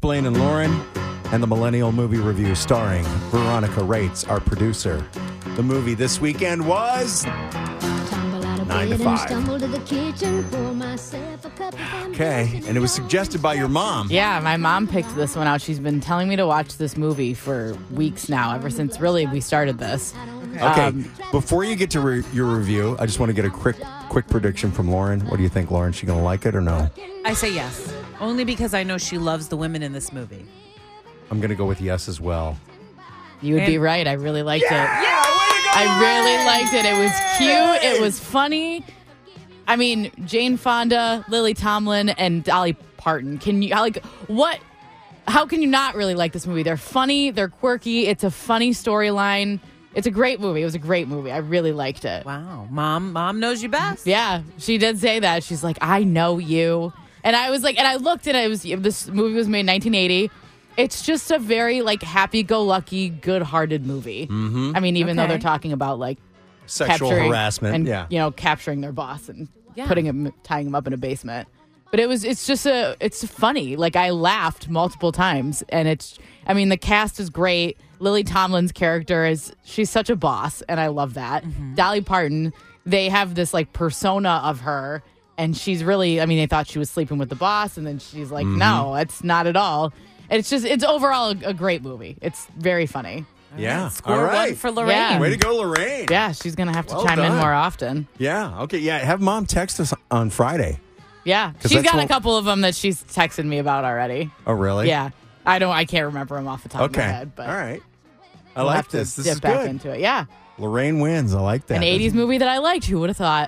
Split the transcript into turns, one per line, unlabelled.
Blaine and Lauren, and the Millennial Movie Review starring Veronica Rates, our producer. The movie this weekend was
Tumble out of
Nine to
bed
five.
and stumble to the kitchen, pour myself a cup of
okay, and it was suggested by your mom.
Yeah, my mom picked this one out. She's been telling me to watch this movie for weeks now, ever since really we started this.
Okay,
Um,
before you get to re- your review, I just want to get a quick quick prediction from Lauren. What do you think, Lauren? She gonna like it or no?
I say yes, only because I know she loves the women in this movie.
I'm gonna go with yes as well.
You would be
And-
right. I really liked it. I really liked it. It was cute. It was funny. I mean, Jane Fonda, Lily Tomlin, and Dolly Parton. Can you like what? How can you not really like this movie? They're funny. They're quirky. It's a funny storyline. It's a great movie. It was a great movie. I really liked it.
Wow, mom, mom knows you best.
Yeah, she did say that. She's like, I know you. And I was like, and I looked and it was, this movie was made in 1980. It's just a very like happy go lucky, good hearted movie. Mm-hmm. I mean, even though
Okay.
they're talking about like
Sexual
capturing
harassment.
and,
yeah.
You know, capturing their boss and
Yeah.
putting him, tying him up in a basement. But it was, it's just a, it's funny. Like I laughed multiple times and it's, I mean, the cast is great. Lily Tomlin's character is, she's such a boss and I love that. Dolly Parton, they have this like persona of her and she's really, I mean, they thought she was sleeping with the boss and then she's like,
Mm-hmm.
no, it's not at all. It's just, it's overall a, a great movie. It's very funny.
yeah.
Score
All right.
one for Lorraine.
Yeah.
Way to go, Lorraine.
Yeah, she's going to have to
Well
chime in
done.
more often.
Yeah. Okay. Yeah. Have mom text us on Friday.
Yeah,
'Cause
she's
that's
got
what-
a couple of them that she's texted me about already.
Oh, really?
yeah, I don't, I can't remember them off the top
Okay.
of my head. But
All right. I
we'll
like
have to
this. This
dip
is
back
good.
into it. Yeah,
Lorraine wins. I like that.
an
This-
'80s movie that I liked. Who would have thought?